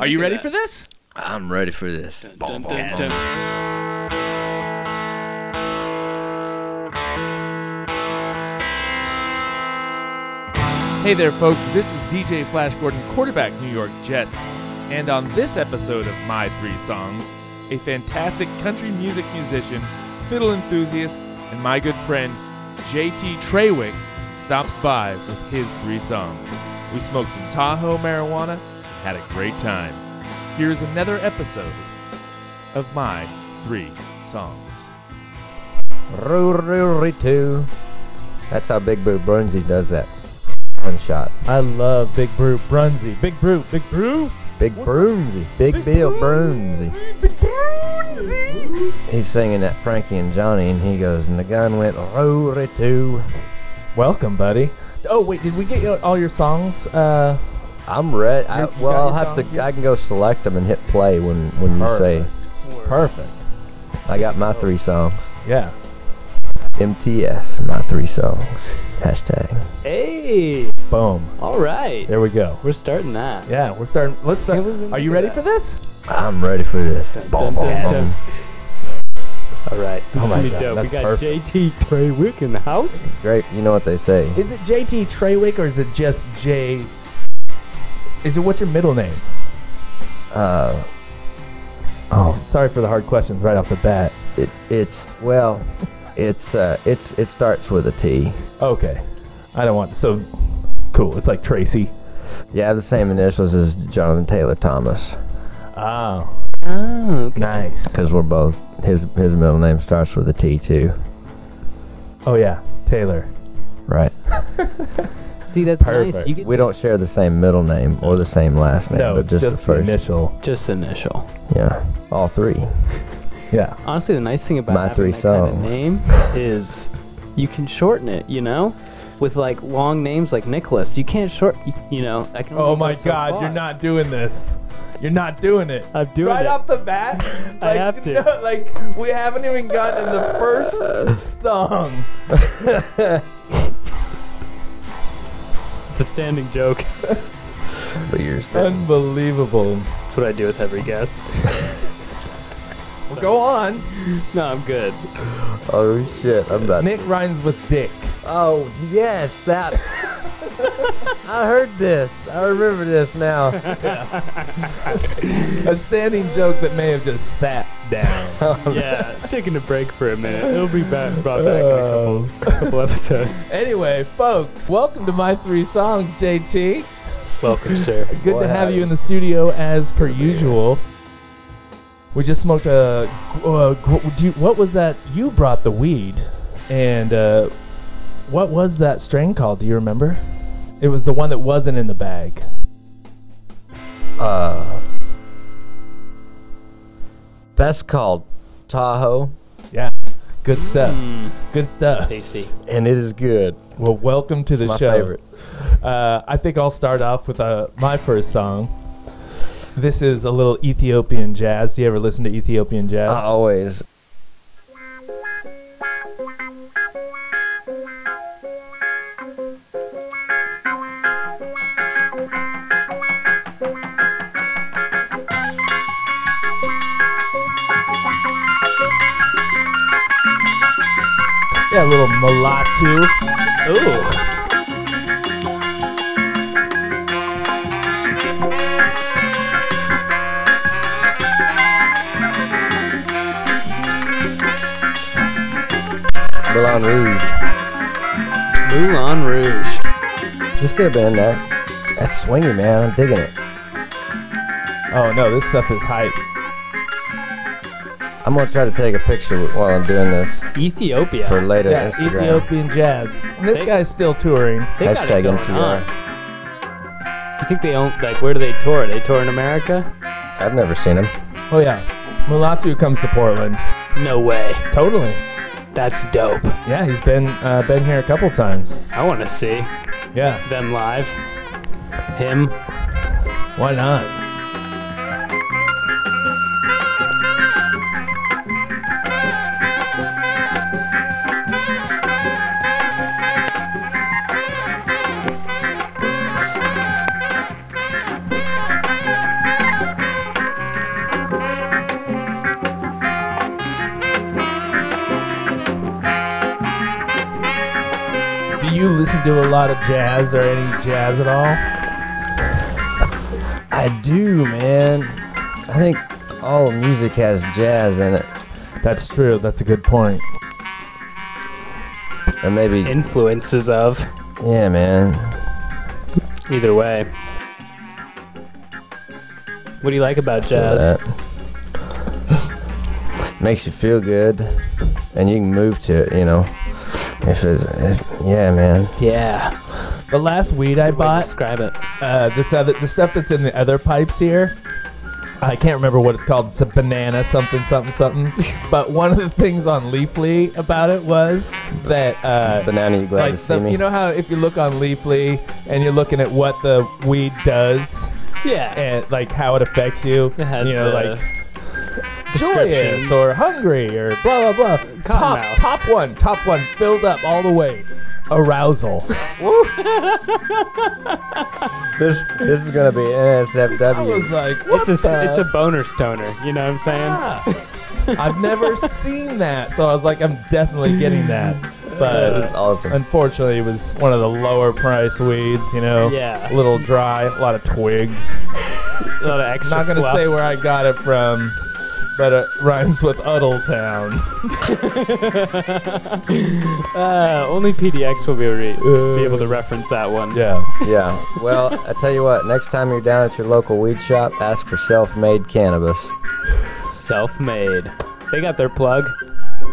Are you ready for this? I'm ready for this. Bum, bum, bum. Hey there, folks. This is DJ Flash Gordon, quarterback New York Jets. And on this episode of My Three Songs, a fantastic country music musician, fiddle enthusiast, and my good friend, JT Treywick, stops by with his three songs. We smoked some Tahoe marijuana and had a great time. Here's another episode of My Three Songs. Roo-roo-ree-too. That's how Big Boo Brunzy does that. One shot. I love Big Brew Brunzy. Big Brew, Big Brew. Big Brunzy. Big, Bill Brunzy. He's singing that Frankie and Johnny, and he goes, and the gun went roo-ree-too. Welcome, buddy. Oh wait, did we get your, all your songs? Uh, I'm ready. I, You- you well, got I'll your have to. songs yet? I can go select them and hit play when when you say. perfect. I got my three songs. Yeah. MTS, my three songs. Hashtag. Hey, Boom. all right. There we go. We're starting that. Yeah, we're starting. Let's. Can't Start, believe we Are you did ready that. for this? I'm ready for this. Boom, dun, boom, dun, dun. boom. All right. This Oh is my gonna be God, dope. We that's got perfect. JT Treywick in the house. Great. You know what they say. is it JT Treywick or is it just J? Is it what's your middle name? Uh, Oh, sorry for the hard questions right off the bat. it, it's well, it's uh, it's it starts with a T. Okay. I don't want. So, cool. It's like Tracy. Yeah, I have the same initials as Jonathan Taylor Thomas Oh, Oh, okay. nice. because we're both his his middle name starts with a T too, Oh yeah, Taylor. right? See, that's nice. Perfect. You get We don't share the same middle name or the same last name, No, but it's just, just, the the first. initial. just initial. yeah, all three. Yeah. Honestly, the nice thing about My having three that kind of songs. name is you can shorten it. You know, with like long names like Nicholas, you can't short. You, you know, I can. only Oh go my so god, you're far. not doing this. You're not doing it. I'm doing right it. off the bat. Like, I have to. no, like we haven't even gotten the first song. It's a standing joke. But yours. Unbelievable. That's what I do with every guest. Well, go on. no, I'm good. Oh shit, I'm done. Nick rhymes with dick. Oh yes, that. I heard this. I remember this now. A standing joke that may have just sat down. Yeah, taking a break for a minute. It'll be back, brought Oh. couple episodes. anyway, folks, welcome to my three songs, JT. Welcome, sir. Good Boy, to have howdy. you in the studio as per usual. We just smoked a. gr- Uh, gr- do you- what was that? You brought the weed, and uh, what was that strain called? Do you remember? It was the one that wasn't in the bag. Uh, that's called Tahoe, Good stuff. Mm. Good stuff. Tasty. and it is good. Well, welcome to the My show. favorite. Uh, I think I'll start off with uh, my first song. This is a little Ethiopian jazz. Do you ever listen to Ethiopian jazz? I always Yeah, a little Mulatu. Ooh. Moulin Rouge. Moulin Rouge. This could have been there. That's swingy, man. I'm digging it. Oh no, this stuff is hype. I'm gonna try to take a picture wi- while I'm doing this Ethiopia. for later Yeah, Instagram. Ethiopian jazz. And this They- guy's still touring. they got it Hashtag going MTR. on. You think they own like where do they tour? They tour in America? I've never seen him. Oh yeah, Mulatu comes to Portland. No way. Totally. That's dope. Yeah, he's been uh, been here a couple times. I want to see Yeah, them live. Him. why not? do a lot of jazz or any jazz at all? I do, man. I think all music has jazz in it, That's true. That's a good point. and maybe Influences of. yeah, man. Either way. What do you like about jazz? That makes you feel good, and you can move to it. You know, if it's if, yeah, man. Yeah. The last weed Good way I to bought, Describe it. uh, this other, the stuff that's in the other pipes here. I can't remember what it's called. It's a banana something something something. but one of the things on Leafly about it was that uh, Banana, you glad like to see some, me? you know how if you look on Leafly and you're looking at what the weed does Yeah. and like how it affects you, it has you know, the, like descriptions. joyous or hungry or blah blah blah. Top mouth. top one, top one, filled up all the way. Arousal. this this is gonna be NSFW. I was like, what it's a the- it's a boner stoner. You know what I'm saying? Yeah. I've never seen that, so I was like, I'm definitely getting that. But That is awesome. Unfortunately, it was one of the lower price weeds. You know, Yeah. a little dry, a lot of twigs. A lot of extra Not gonna fluff. say where I got it from, but it rhymes with Uddle Town. Uh, only PDX will be, re- be able to reference that one. Uh. Yeah. yeah. Well, I tell you what. Next time you're down at your local weed shop, ask for self-made cannabis. Self-made. They got their plug.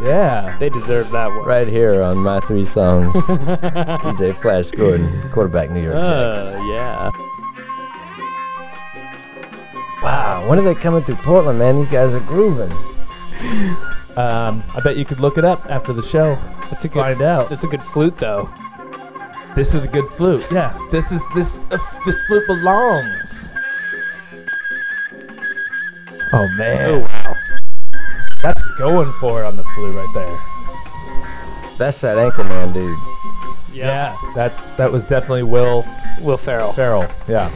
Yeah. They deserve that one. Right here on my three songs. DJ Flash Gordon, quarterback New York Jets. Uh, yeah. Wow, Ah, when are they coming through Portland, man? These guys are grooving. Um, I bet you could look it up after the show. That's a good. Find out. That's a good flute though. This is a good flute. Yeah. This is this uh, this flute belongs. Oh man. Oh wow. That's going for it on the flu right there. That's that ankle man, dude. Yeah. That's that was definitely Will Will Ferrell. Ferrell. Yeah.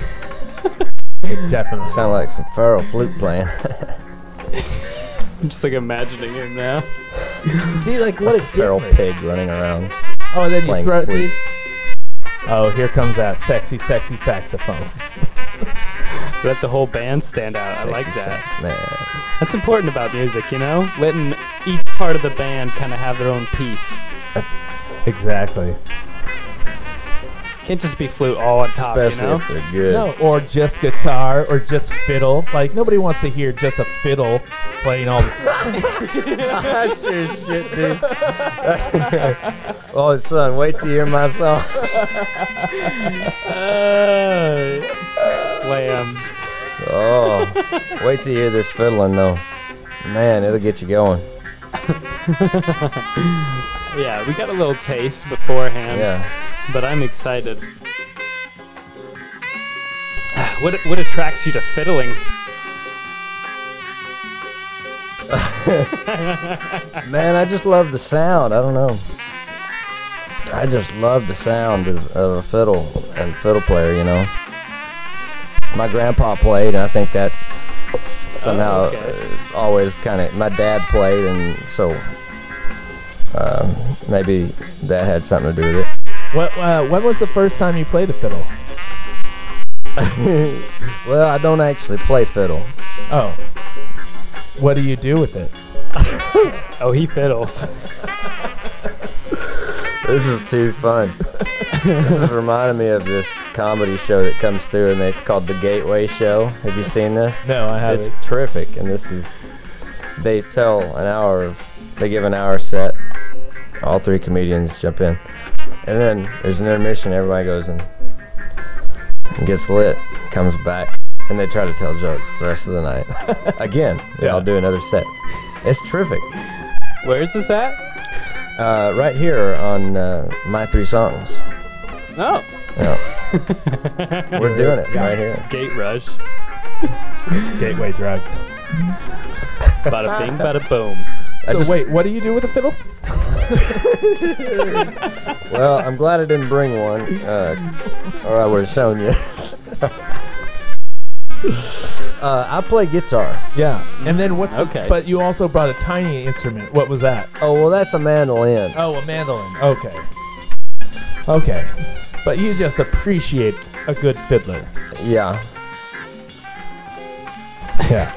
definitely. Sound like some feral flute playing. I'm just like imagining him now. See, like what a feral difference. pig running around. Oh, and then you playing throw it. flute. See. Oh, here comes that sexy, sexy saxophone. Let the whole band stand out. I like Sexy that. sax man. That's important about music, you know. Letting each part of the band kind of have their own piece. Exactly. Can't just be flute all on top, Especially you know. if they're good. No, or just guitar, or just fiddle. Like nobody wants to hear just a fiddle playing all. I sure shit, dude. oh, son, wait till you hear my songs. Uh, slams. Oh, wait till you hear this fiddling, though. Man, it'll get you going. Yeah, we got a little taste beforehand. Yeah. but I'm excited. Ah, What what attracts you to fiddling? Man, I just love the sound. I don't know. I just love the sound of, of a fiddle and fiddle player, you know. My grandpa played, and I think that somehow okay. uh, always kind of. My dad played, and so um, maybe that had something to do with it. What? Uh, when was the first time you played the fiddle? Well, I don't actually play fiddle. Oh. What do you do with it? Oh, he fiddles. This is too fun. this is reminding me of this comedy show that comes through, and it's called The Gateway Show. Have you seen this? No, I haven't. It's terrific, and this is they tell an hour of they give an hour set. All three comedians jump in, and then there's an intermission. Everybody goes and gets lit, comes back, and they try to tell jokes the rest of the night. Again, they all Yeah. do another set. It's terrific. Where's this at? Uh, right here on uh, my three songs. Oh, Yeah. We're doing it right here. Gate Rush. Gateway drugs. Bada bing, bada boom. So wait, what do you do with a fiddle? Well, I'm glad I didn't bring one, uh, or I would have shown you. uh, I play guitar. Yeah. And then what's the- Okay. but you also brought a tiny instrument. What was that? Oh well, that's a mandolin. Oh, a mandolin. Okay. Okay. But you just appreciate a good fiddler. Yeah. Yeah.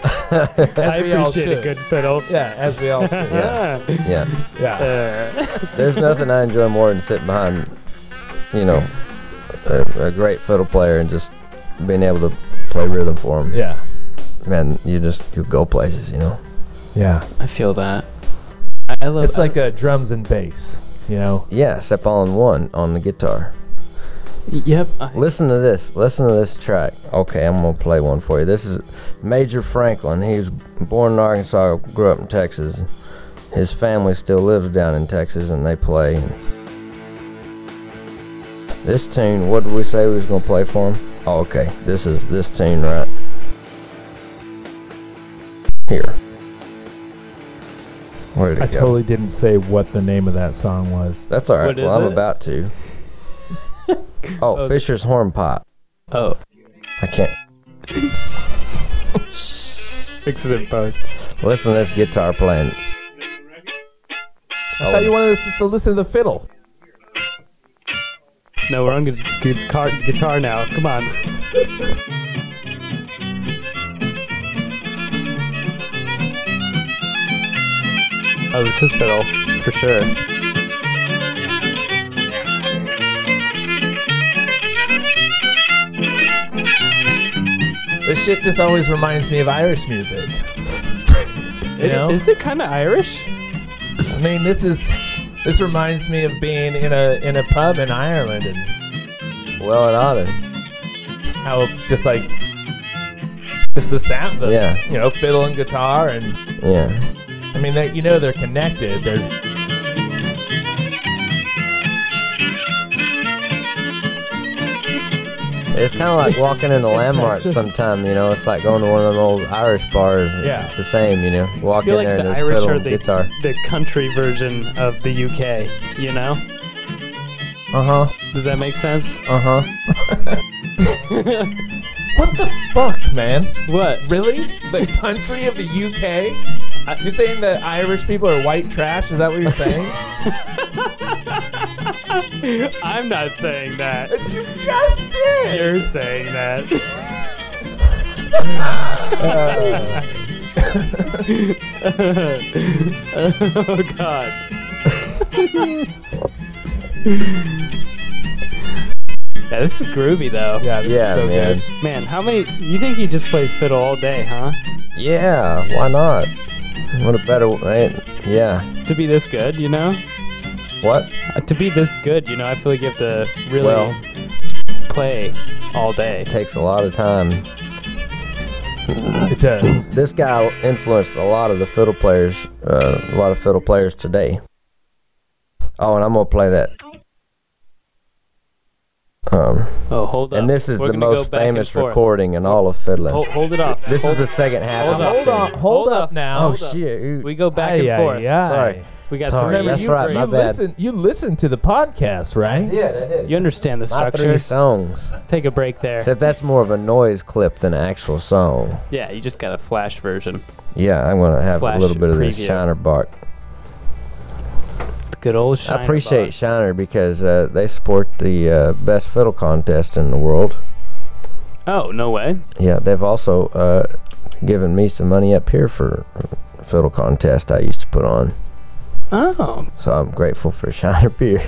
I we all appreciate a should. good fiddle. yeah, as we all should. Yeah. Yeah. Yeah. Uh, There's nothing I enjoy more than sitting behind, you know, a, a great fiddle player and just being able to play rhythm for him. Yeah. Man, you just you go places, you know. Yeah. I feel that. I- I love. It's like uh, drums and bass, you know? Yeah, step all in one on the guitar. Yep. I, Listen to this. Listen to this track. Okay, I'm gonna play one for you. This is Major Franklin. He was born in Arkansas, grew up in Texas. His family still lives down in Texas, and they play. This tune. What did we say we was gonna play for him? Oh, okay. This is this tune right here. Where did it I go? totally didn't say what the name of that song was. That's all right. What is well, I'm it? about to. oh, Oh. Fisher's horn pop. oh, I can't. fix it in post. Listen to this guitar playing. I thought you wanted us to listen to the fiddle. No, we're on gu- gu- car- guitar now. Come on. oh, this is fiddle for sure. This shit just always reminds me of Irish music. you know? Is it kind of Irish? I mean, this is this reminds me of being in a in a pub in Ireland and Well, it ought to. how just like just the sound, the, Yeah. you know, fiddle and guitar, and Yeah. I mean, they you know they're connected. They're It's kind of like walking into landmarks Texas. sometime, you know. It's like going to one of them old Irish bars. Yeah. It's the same, you know. I Walk in feel like there and the there's Irish fiddle are and the, guitar. the country version of the UK, you know? uh Uh-huh. huh, Does that make sense? uh huh. what the fuck, man? What? Really? The country of the UK? You're saying that Irish people are white trash? Is that what you're saying? I'm not saying that. you just did. You're saying that. oh god. yeah, this is groovy though. Yeah, this Yeah, is so man. good. Man, how many you think he just plays fiddle all day, huh? Yeah. Why not? What a better. ain't- Yeah. To be this good, you know? What? Uh, To be this good, you know, I feel like you have to really Well- play all day. Takes a lot of time. It does. This guy influenced a lot of the fiddle players, uh, a lot of fiddle players today. Oh, and I'm gonna play that. Um, Oh, hold up. and this is We're the gonna go most back and famous forth. recording in all of fiddling. Hold, hold it off. this is Hold- the second half. hold of up. this Hold on, tune. hold Hold up up. now. Oh up. shit! ooh, We go back and Aye, aye, forth. aye. Sorry. We got Sorry, three. that's you, right. you My bad. listen. You listen to the podcast, right? Yeah, that is. You understand the My structure. three songs. Take a break there. Except that's more of a noise clip than an actual song. yeah, you just got a flash version. Yeah, I'm gonna have Flash a little bit of this preview. Shiner bark. The good old shine. I appreciate Shiner because uh, they support the uh, best fiddle contest in the world. Oh no way. Yeah, they've also uh, given me some money up here for a fiddle contest I used to put on. Oh, So I'm grateful for Shiner Beer.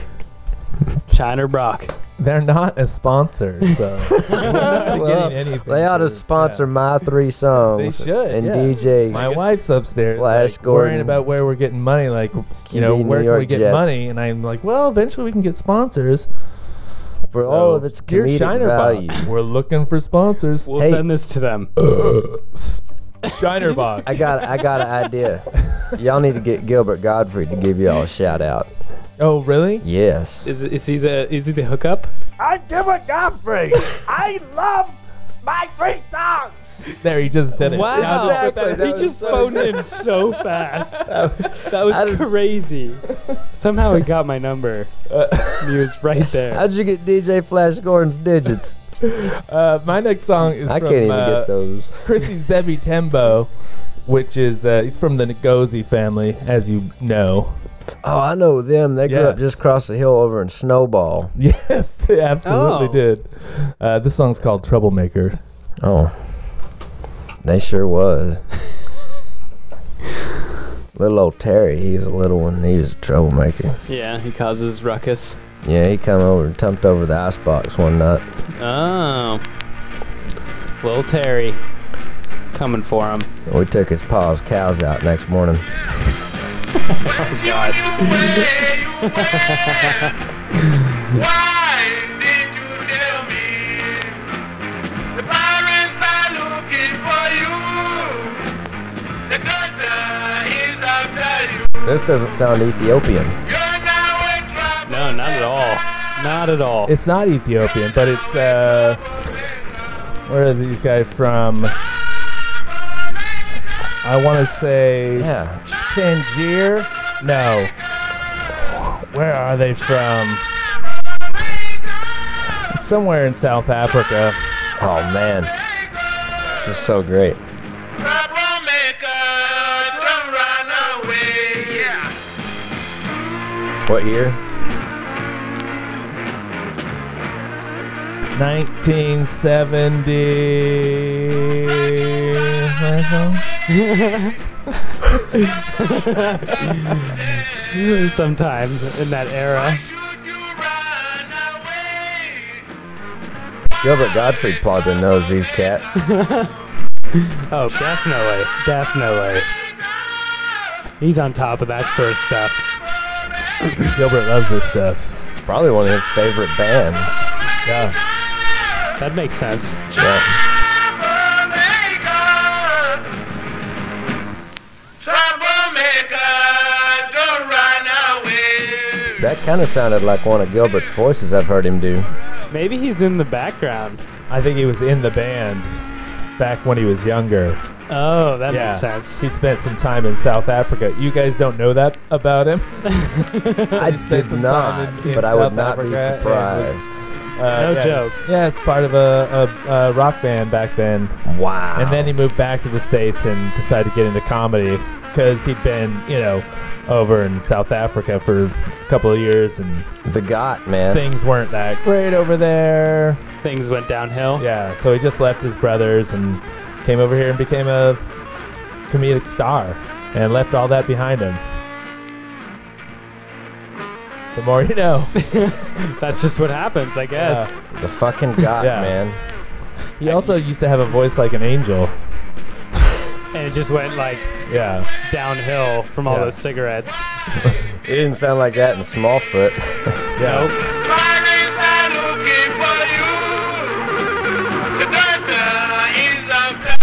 Shiner Brock. They're not a sponsor, so we're not Well, getting anything. They ought to for- sponsor yeah. my three songs. They should, And yeah. DJ. My wife's upstairs, Flash like, worrying Gordon. about where we're getting money. Like, you Keep know, the New where can we York get Jets. money? And I'm like, well, eventually we can get sponsors. for So, all of its dear comedic Shiner value. Box, we're looking for sponsors. We'll Hey. send this to them. Shiner Box. I got I got an idea. Y'all need to get Gilbert Godfrey to give y'all a shout out. oh, really? Yes. Is, is he the is he the hookup? There, he just did it. Wow. Now that- Exactly, that was he just so phoned in so fast. That was, I didn't- crazy. Somehow he got my number. he was right there. How'd you get DJ Flash Gordon's digits? Uh, my next song is I from can't even uh, get those. Chrissy Zebi Tembo, which is uh, he's from the Ngozi family, as you know. Oh, I know them. They grew up Yes. just across the hill over in Snowball. Yes, they absolutely Oh. did. Uh, this song's called Troublemaker. Oh, they sure was. little old Terry, he's a little one. He was a troublemaker. Yeah, he causes ruckus. Yeah, he come over and tumped over the icebox one night. Oh. Little Terry. Coming for him. We took his pa's cows out next morning. This doesn't sound Ethiopian. No, not at all. Not at all. It's not Ethiopian, but it's uh, where are these guys from? I want to say Yeah, Tangier. No, where are they from? It's somewhere in South Africa. Oh man, this is so great. What year? 1970. Sometime in that era. Gilbert Gottfried probably knows these cats. Oh, definitely. Definitely. He's on top of that sort of stuff. Gilbert loves this stuff. It's probably one of his favorite bands. Yeah. That makes sense. Yeah. That kind of sounded like one of Gilbert's voices I've heard him do. Maybe he's in the background. I think he was in the band back when he was younger. Oh, that Yeah. makes sense. He spent some time in South Africa. You guys don't know that about him. I spent did some not, time in- in but I would South not be Africa and was- surprised. Uh, No yes. joke. Yes, part of a, a, a rock band back then. Wow. And then he moved back to the States and decided to get into comedy because he'd been, you know, over in South Africa for a couple of years and the got man. things weren't that great over there. Things went downhill. Yeah, so he just left his brothers and came over here and became a comedic star and left all that behind him. The more you know. That's just what happens, I guess. The fucking got Yeah. man. He also used to have a voice like an angel. And it just went like Yeah. downhill from all Yeah. those cigarettes. It didn't sound like that in Smallfoot. Yeah. Nope.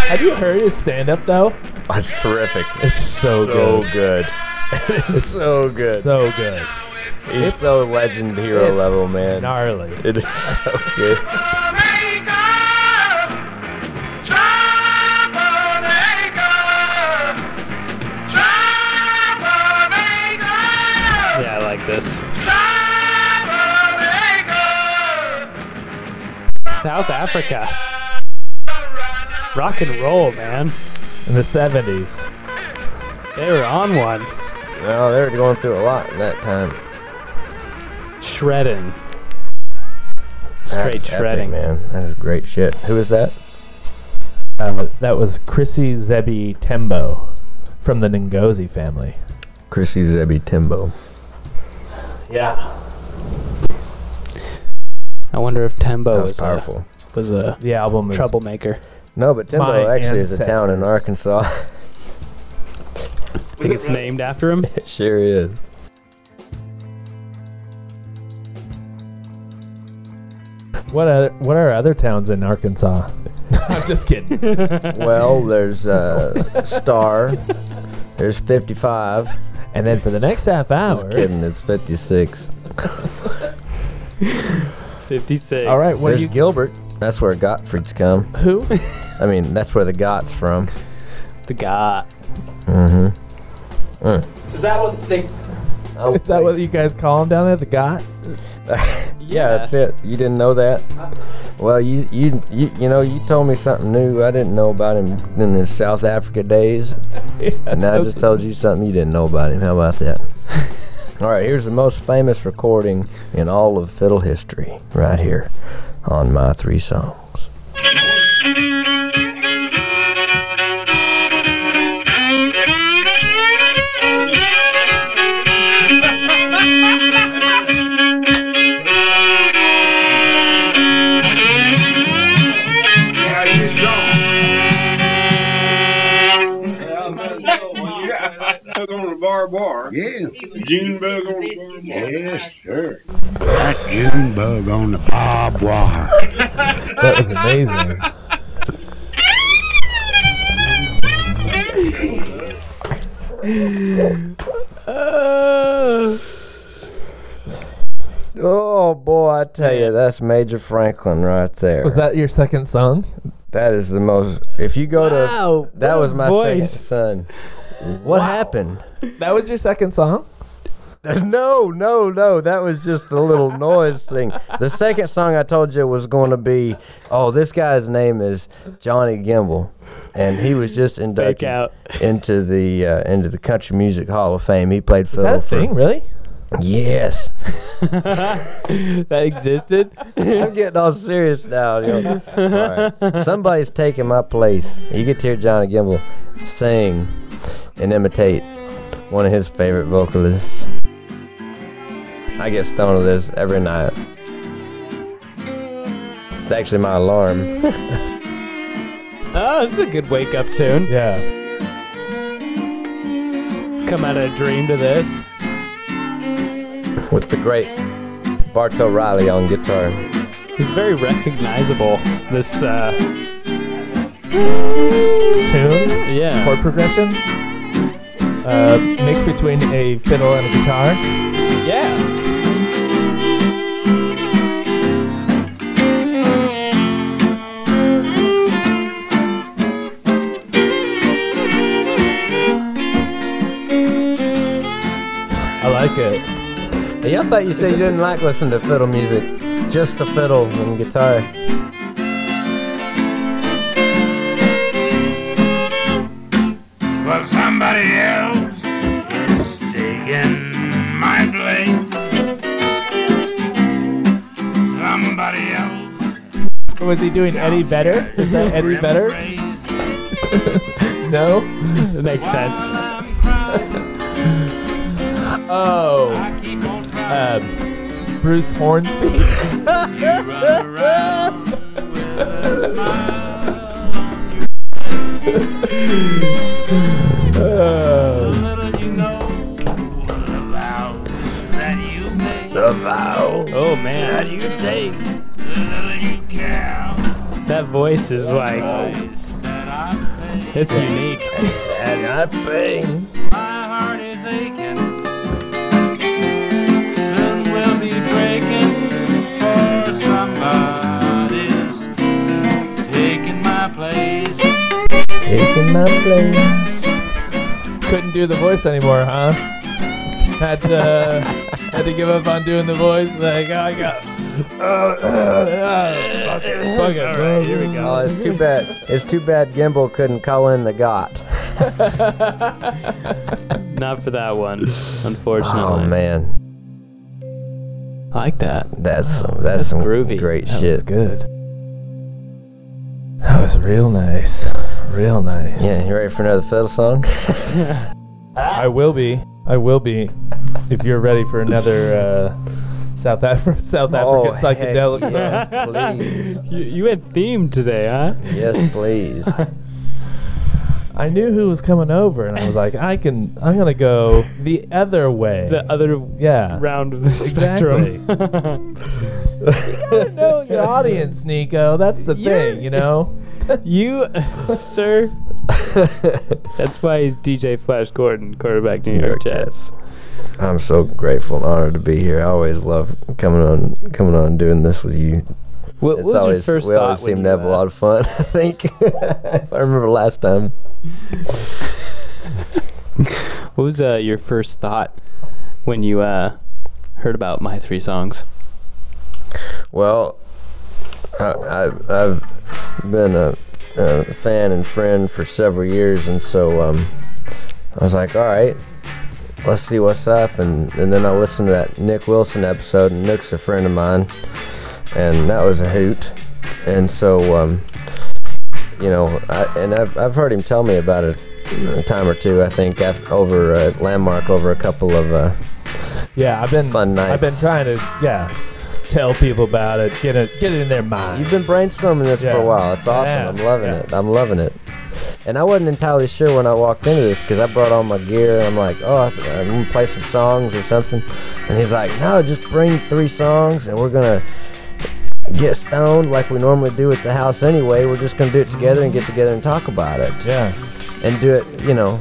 Have you heard his stand up though? That's terrific. It's so, so good. good. It's so good. So good. He's so legend hero it's level, man. Gnarly. It is so good. Yeah, I like this. South Africa. Rock and roll, man. In the 70s. They were on one. Oh, they were going through a lot in that time. Shredding. That's Straight epic, shredding. man. That is great shit. Who is that? Uh, that was Chrissy Zebi Tembo from the Ngozi family. Chrissy Zebi Timbo. Yeah. I wonder if Tembo Oh, That was, was powerful. A, was a The album is troublemaker. No, but Timbo My actually is a town in ancestors. Arkansas. I think it's named after him. it sure is. What other, what are other towns in Arkansas? I'm just kidding. Well, there's uh, Star. There's 55. And then for the next half hour, Kidding, it's 56. 56. all right, what there's do you Gilbert. That's where Gottfried's come. who? I mean, that's where the Gott's from. Mm-hmm. The guy. Is that what they? Oh, Is that what you guys call him down there? The guy? Yeah, that's it. You didn't know that? Uh-huh. Well, you you you, you know you told me something new I didn't know about him in his South Africa days, and I just told you something you didn't know about him. How about that? All right, here's the most famous recording in all of fiddle history, right here on my three songs. on the bar bar. Yeah. June bug on the bar bar. Yes, sir. That June bug on the barbed wire. That was amazing. Oh boy, I tell you, that's Major Franklin right there. Was that your second song? That is the most. If you go Wow, to, that what a was my voice. second son. What happened? That was your second song? No, no, no. That was just the little noise thing. The second song I told you was going to be, oh, this guy's name is Johnny Gimble, and he was just inducted out. into the uh, into the Country Music Hall of Fame. He played Is fiddle. that a for- thing, really? Yes. That existed. I'm getting all serious now. you know. All right. Somebody's taking my place. You get to hear Johnny Gimble sing and imitate one of his favorite vocalists. I get stoned to this every night. It's actually my alarm. Oh, this is a good wake up tune. Yeah. Come out of a dream to this. With the great Bart O'Reilly on guitar. It's very recognizable. This, uh, Tune, yeah. chord progression, uh, mix between a fiddle and a guitar. Yeah. I like it. Hey, I thought you said you didn't like listening to fiddle music. Just the fiddle and guitar. Well, somebody else is taking my place. Somebody else. Was he doing Eddie better? Is that Eddie better? No? It makes sense. Oh. Um, Bruce Hornsby? The vow Oh, man. you take, little you care, That voice is like, price that I pay. it's unique. And I bang. My heart is aching. Soon we'll be breaking for somebody's taking my place. Taking my place. Couldn't do the voice anymore, huh? Had to, had to give up on doing the voice. Like, oh, I got. Oh, oh, oh, fuck it, fuck it. Here we go. Oh, it's too bad. It's too bad Gimbal couldn't call in the got. Not for that one, unfortunately. Oh man, I like that. that's some that's, some groovy. great That shit. good. That was real nice. Real nice. Yeah, you ready for another fiddle song? I will be. I will be. If you're ready for another uh, South Afri- South Oh, African psychedelic heck song. yes, please. You, you had theme today, huh? Yes, please. I knew who was coming over, and I was like, I can. I'm gonna go the other way. The other yeah. round of the spectrum. know your audience, Nico. That's the You're- thing, you know. you, sir. That's why he's DJ Flash Gordon, quarterback New York, York Jets. I'm so grateful and honored to be here. I always love coming on, coming on, and doing this with you. What, what It's was always your first we thought always when seem you, to have a uh, lot of fun. I think if I remember last time. What was uh, your first thought when you uh, heard about my three songs? Well, I, I, I've been a, a fan and friend for several years, and so um, I was like, all right, let's see what's up. And, and then I listened to that Nick Wilson episode, and Nick's a friend of mine, and that was a hoot. And so, um, you know, I, and I've, I've heard him tell me about it a time or two, I think, after, over at Landmark, over a couple of. Uh, Yeah, I've been Fun nights. I've been trying to yeah tell people about it. Get it get it in their mind. You've been brainstorming this for Yeah. a while. It's awesome. Yeah. I'm loving Yeah. it. I'm loving it. And I wasn't entirely sure when I walked into this because I brought all my gear and I'm like, oh, I th- I'm gonna play some songs or something. And he's like, no, just bring three songs and we're gonna get stoned like we normally do at the house anyway. We're just gonna do it together and get together and talk about it Yeah. and do it, you know.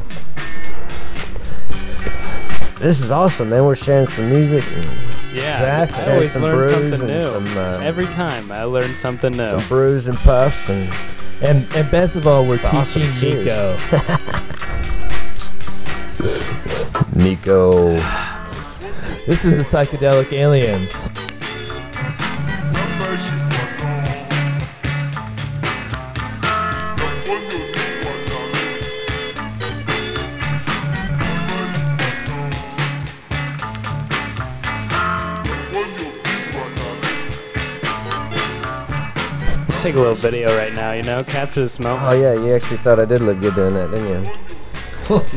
This is awesome, man. We're sharing some music. And Yeah, Zach I had always some learn brews something new. and some, uh, Every time I learn something new. Some brews and puffs and And and best of all, we're awesome. teaching Cheers. Nico. Nico. This is the psychedelic aliens. Let's take a little video right now, you know, capture this Oh moment. yeah, you actually thought I did look good doing that, didn't you?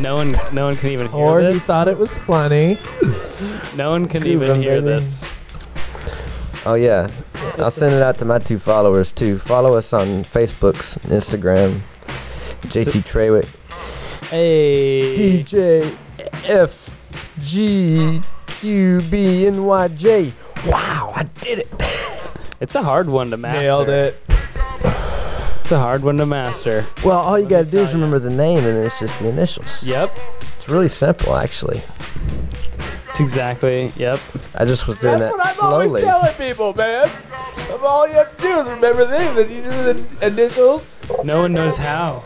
No one, no one can even hear Or this. he thought it was funny. no one can even them, hear baby. this. Oh yeah, I'll send it out to my two followers too. Follow us on Facebooks, Instagram, JT Trawick, Hey, DJ E F G Q B N Y J. Wow, I did it. it's a hard one to master. Nailed it. It's a hard one to master. Well, all you gotta do is remember the name, and it's just the initials. Yep, It's really simple, actually. it's exactly. Yep. I just was doing That's that what I'm always slowly. telling people, man. All you have to do is remember them. Then you do the initials. No one knows how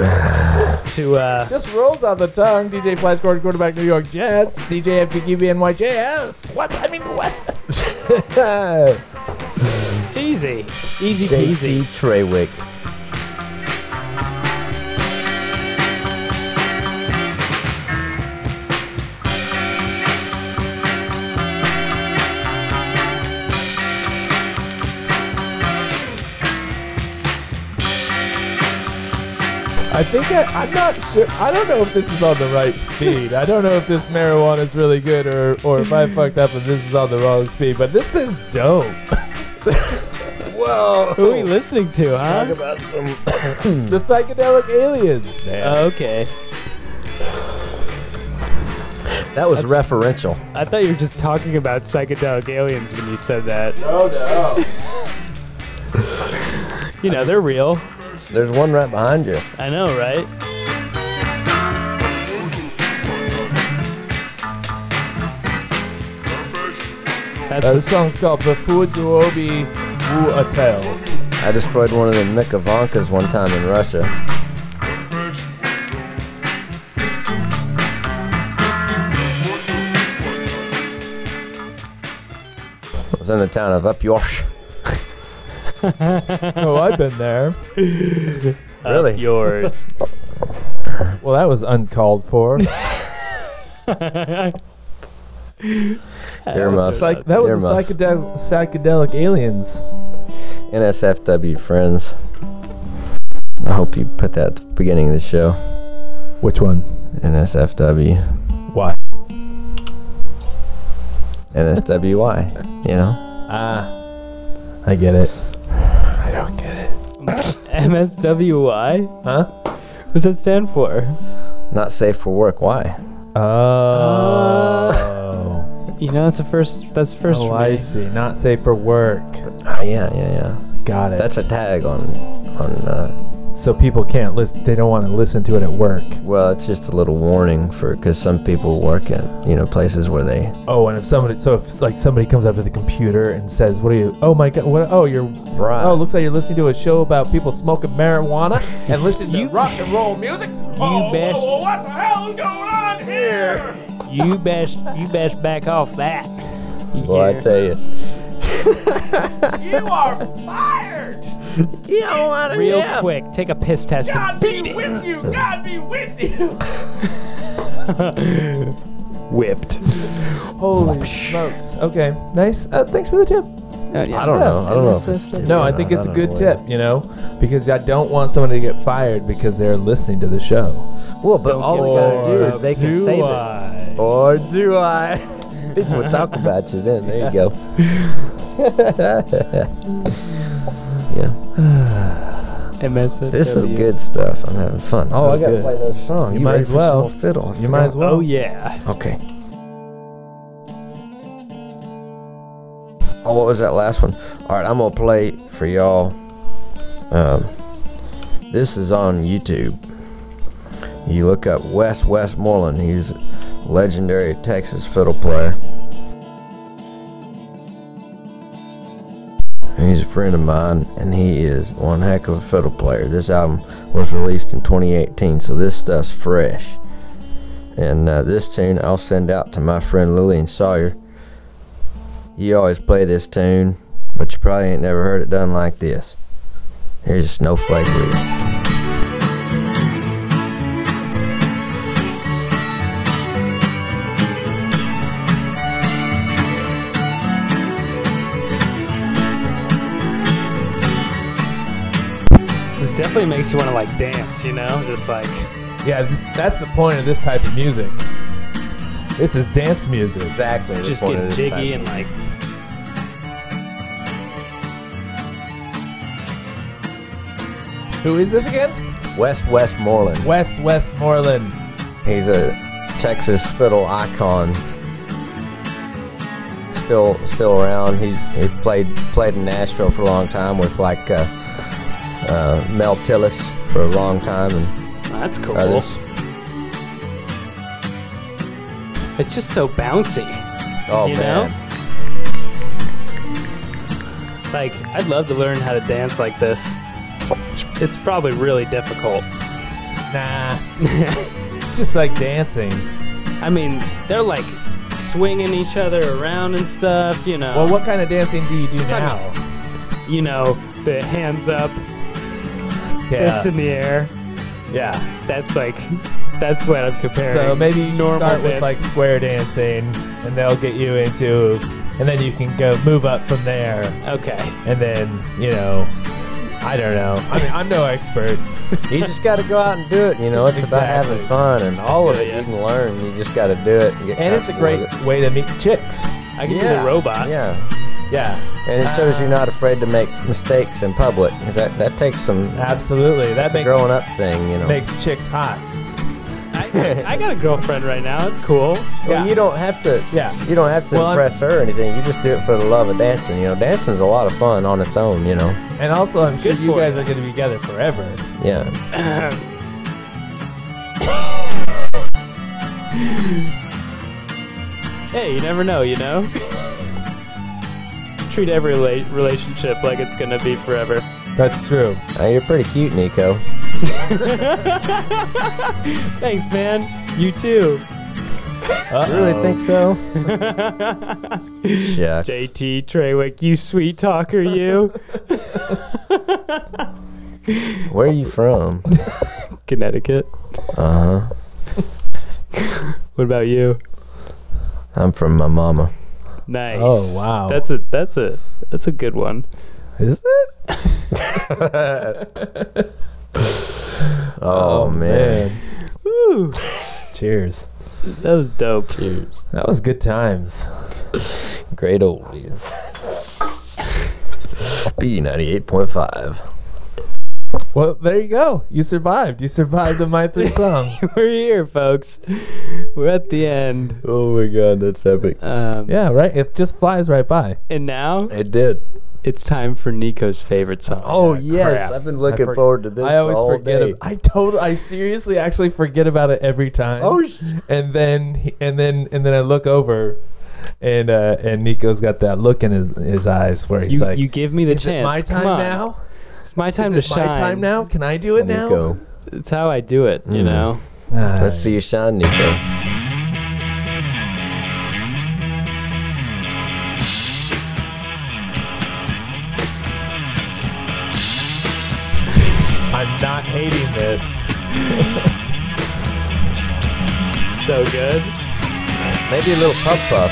to. uh Just rolls off the tongue. DJ Flash Gordon, quarterback, New York Jets. DJ FTQB, NYJS. What? I mean, what? It's easy, easy JT peasy. Trawick. I think I, I'm not sure. I don't know if this is on the right speed. I don't know if this marijuana is really good or, or if I fucked up and this is on the wrong speed. But this is dope. Whoa. Who are we listening to, huh? The psychedelic aliens, man. Okay, That was referential. I thought you were just talking about psychedelic aliens when you said that. oh no. You know, they're real. There's one right behind you. I know, right? That's Uh, the song's called Before Duobi Wu Atel. I destroyed one of them Mikovankas one time in Russia. I was in the town of Upyorsh. Oh, I've been there. up really? uh, yours. Well, that was uncalled for. Earmuffs. Psych- that was the Earmuffs. psychedelic, psychedelic aliens. NSFW friends. I hope you put that at the beginning of the show. Which one? NSFW. Why? NSWY. You know? Ah, I get it. I don't get it. MSWY? Huh? What does that stand for? Not safe for work. Why? Oh. You know, that's the first. That's the first. oh, for I me. see. Not safe for work. Ah, yeah, yeah, yeah. Got it. That's a tag on on uh, so people can't listen. They don't want to listen to it at work. Well, it's just a little warning for because some people work at you know places where they Oh, and if somebody, so if like somebody comes up to the computer and says, "What are you? Oh my God! What? Oh, you're Right. Oh, looks like you're listening to a show about people smoking marijuana and listening to rock and roll music. Oh, You best. What the hell is going on here? You best. You best back off that. You Well, I hear? tell you, You are fired. Real quick, take a piss test. and God be with you. God be with you. whipped. Holy smokes. Okay. Nice. Uh, thanks for the tip. Uh, yeah. I don't know. I don't know. If it's Yeah. tip No, or I not. think it's a don't good know. tip, you know, because I don't want somebody to get fired because they're listening to the show. Well, but all they gotta do is they can save it. I? Or do I? People would talk about you then. There you go. yeah. MSFW. This is good stuff. I'm having fun. Oh, I That's gotta good. play another song. You might ready as for some well. more fiddle. I You might as forgot. well. Oh yeah. Okay. Oh, what was that last one? All right, I'm gonna play for y'all. Um, this is on YouTube. You look up Wes Westmoreland. He's a legendary Texas fiddle player. And He's a friend of mine, and he is one heck of a fiddle player. This album was released in 2018, so this stuff's fresh. And uh, this tune I'll send out to my friend Lillian Sawyer. You always play this tune, but you probably ain't never heard it done like this. Here's a snowflake with it. This definitely makes you want to like dance. You know, just like Yeah, this, that's the point of this type of music. This is dance music. Exactly. just get jiggy and like. Who is this again? West Westmoreland. West Westmoreland. He's a Texas fiddle icon. Still, still around. He he played played in Nashville for a long time with like uh, uh, Mel Tillis for a long time and That's cool. others. It's just so bouncy. Oh you man. know? Like, I'd love to learn how to dance like this. It's, it's probably really difficult. Nah. it's just like dancing. I mean, they're like swinging each other around and stuff, you know. Well, what kind of dancing do you do now? about- You know, the hands up, fists in the air. yeah. That's like, that's what I'm comparing. So maybe you should normal start with dance- like square dancing, and they'll get you into, and then you can go move up from there. Okay. and then you know i don't know i mean i'm no expert You just got to go out and do it. You know, it's about Exactly. having fun and all of feel it. ya. You can learn. You just got to do it. And, get and it's a comfortable great with it. way to meet chicks I can do the robot. Yeah, yeah and it shows Uh, you're not afraid to make mistakes in public. 'cause that that takes some absolutely that that's a makes growing up thing. You know, makes chicks hot I, I got a girlfriend right now. It's cool. Well, yeah. you don't have to. Yeah. you don't have to Well, I'm- impress her or anything. You just do it for the love of dancing. You know, dancing's a lot of fun on its own. You know, and also i'm sure good you for guys you. are going to be together forever yeah. Hey, you never know, you know? Treat every rela- relationship like it's gonna be forever. that's true Uh, you're pretty cute, Nico. Thanks, man. You too. You Oh. really think so? yeah. JT Treywick, you sweet talker, you. Where are you from? Connecticut. Uh huh. What about you? I'm from my mama. Nice. Oh, wow. That's a that's a that's a good one. Is it? oh, man. Woo. cheers That was dope. that was good times Great oldies. B98.5. well there you go you survived you survived the my three songs We're here, folks. We're at the end. Oh my god, that's epic. Um, yeah right it just flies right by And now It did. it's time for Nico's favorite song. Oh yes, crap. I've been I looking for- forward to this. I always all forget. day. ab- I totally. I seriously, actually forget about it every time. Oh, sh- and then he- and then and then I look over, and uh, and Nico's got that look in his his eyes where he's you, like, you give me the "Is chance. it my Come time on. now? It's my time Is to it shine. my time now? Can I do it Nico. now? It's how I do it, you Mm. know? now?" Ah, Let's see you shine, Nico. I'm not hating this. so good. Maybe a little puff puff.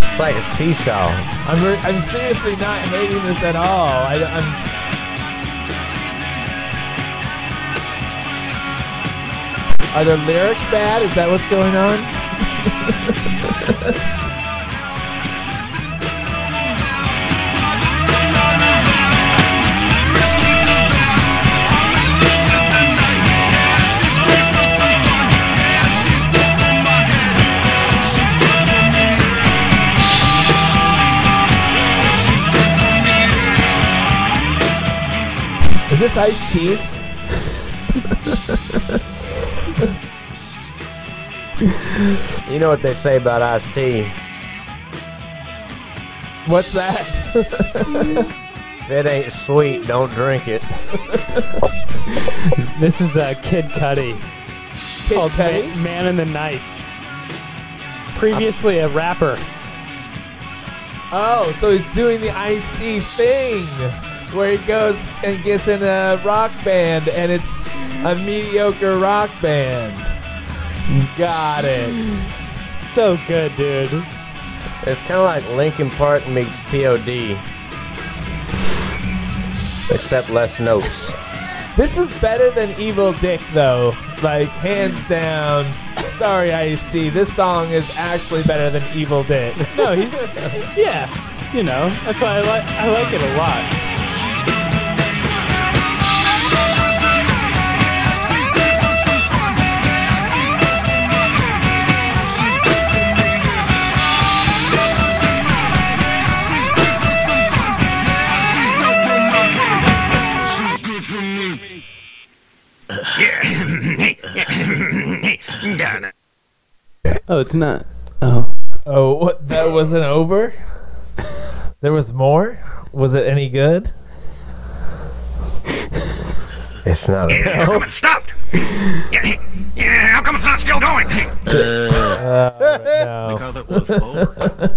It's like a seesaw. I'm, re- I'm seriously not hating this at all. I, I'm Are their lyrics bad? Is that what's going on? Is this Ice T? You know what they say about iced tea. What's that? If it ain't sweet, don't drink it. This is uh, Kid Cudi called Cudi? Man, Man in the Night. Previously a rapper. Oh, so he's doing the Ice T thing, where he goes and gets in a rock band, and it's a mediocre rock band. Got it. So good, dude. It's kind of like Linkin Park meets POD, except less notes. This is better than Evil Dick, though. Like hands down. Sorry, Ice T. This song is actually better than Evil Dick. No, he's yeah. You know, that's why I like I like it a lot. Oh, it's not. Oh, Oh, what? That wasn't over. There was more. Was it any good? It's not a How come it stopped? Yeah, yeah, how come it's not still going? No,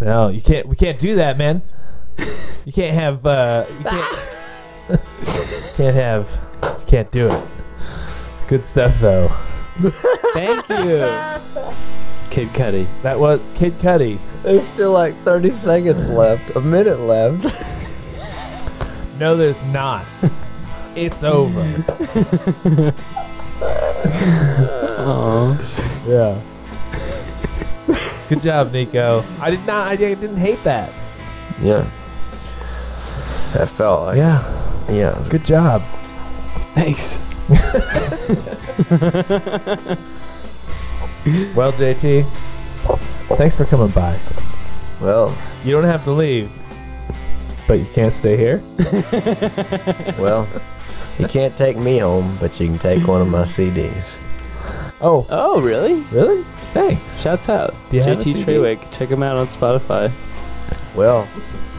no, you can't. We can't do that, man. You can't have. Uh, you can't. can't have. You can't do it. Good stuff, though. thank you, Kid Cudi. That was Kid Cudi. There's still like 30 seconds left, a minute left. No, there's not. It's over. Oh, Yeah. Good job, Nico. I did not. I didn't hate that. Yeah. That felt like. Yeah. Yeah. Good job. thanks. Well, JT, thanks for coming by. Well, You don't have to leave, but you can't stay here. well, you can't take me home, but you can take one of my CDs. Oh, Oh, really? really? Thanks. Shouts out, Do you have a JT CD? Trewick. Check him out on Spotify. Well,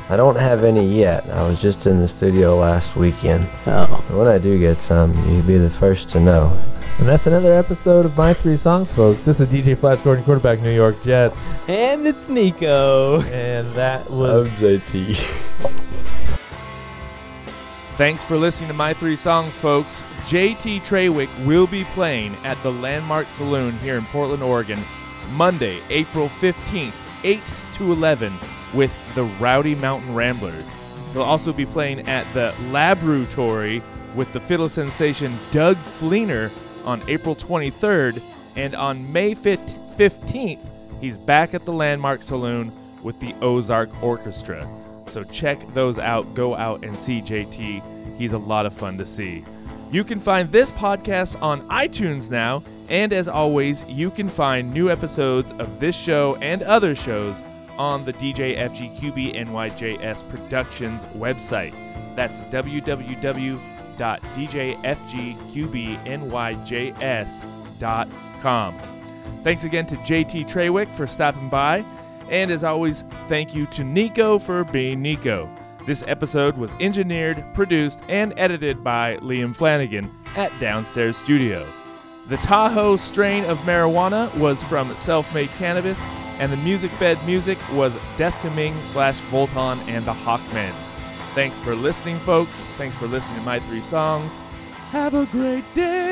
I don't have any yet. I was just in the studio last weekend. Oh, And When I do get some, you'd be the first to know. And that's another episode of My Three Songs, folks. This is DJ Flash Gordon, quarterback, New York Jets. and it's Nico. And that was. JT. Thanks for listening to My Three Songs, folks. JT Treywick will be playing at the Landmark Saloon here in Portland, Oregon, Monday, April 15th, 8 to 11, with the Rowdy Mountain Ramblers. He'll also be playing at the Laboratory with the fiddle sensation Doug Fleener on April 23rd, and on May 5th, 15th, he's back at the Landmark Saloon with the Ozark Orchestra. So check those out. Go out and see JT. He's a lot of fun to see. You can find this podcast on iTunes now. And as always, you can find new episodes of this show and other shows on the DJFGQB NYJS Productions website. That's www.djfgqbnyjs.com. Thanks again to JT Treywick for stopping by. And as always, thank you to Nico for being Nico. This episode was engineered, produced, and edited by Liam Flanagan at Downstairs Studio. The Tahoe strain of marijuana was from Self Made Cannabis, and the music bed music was Death to Ming slash Volton and the Hawkmen. Thanks for listening, folks. Thanks for listening to my three songs. Have a great day.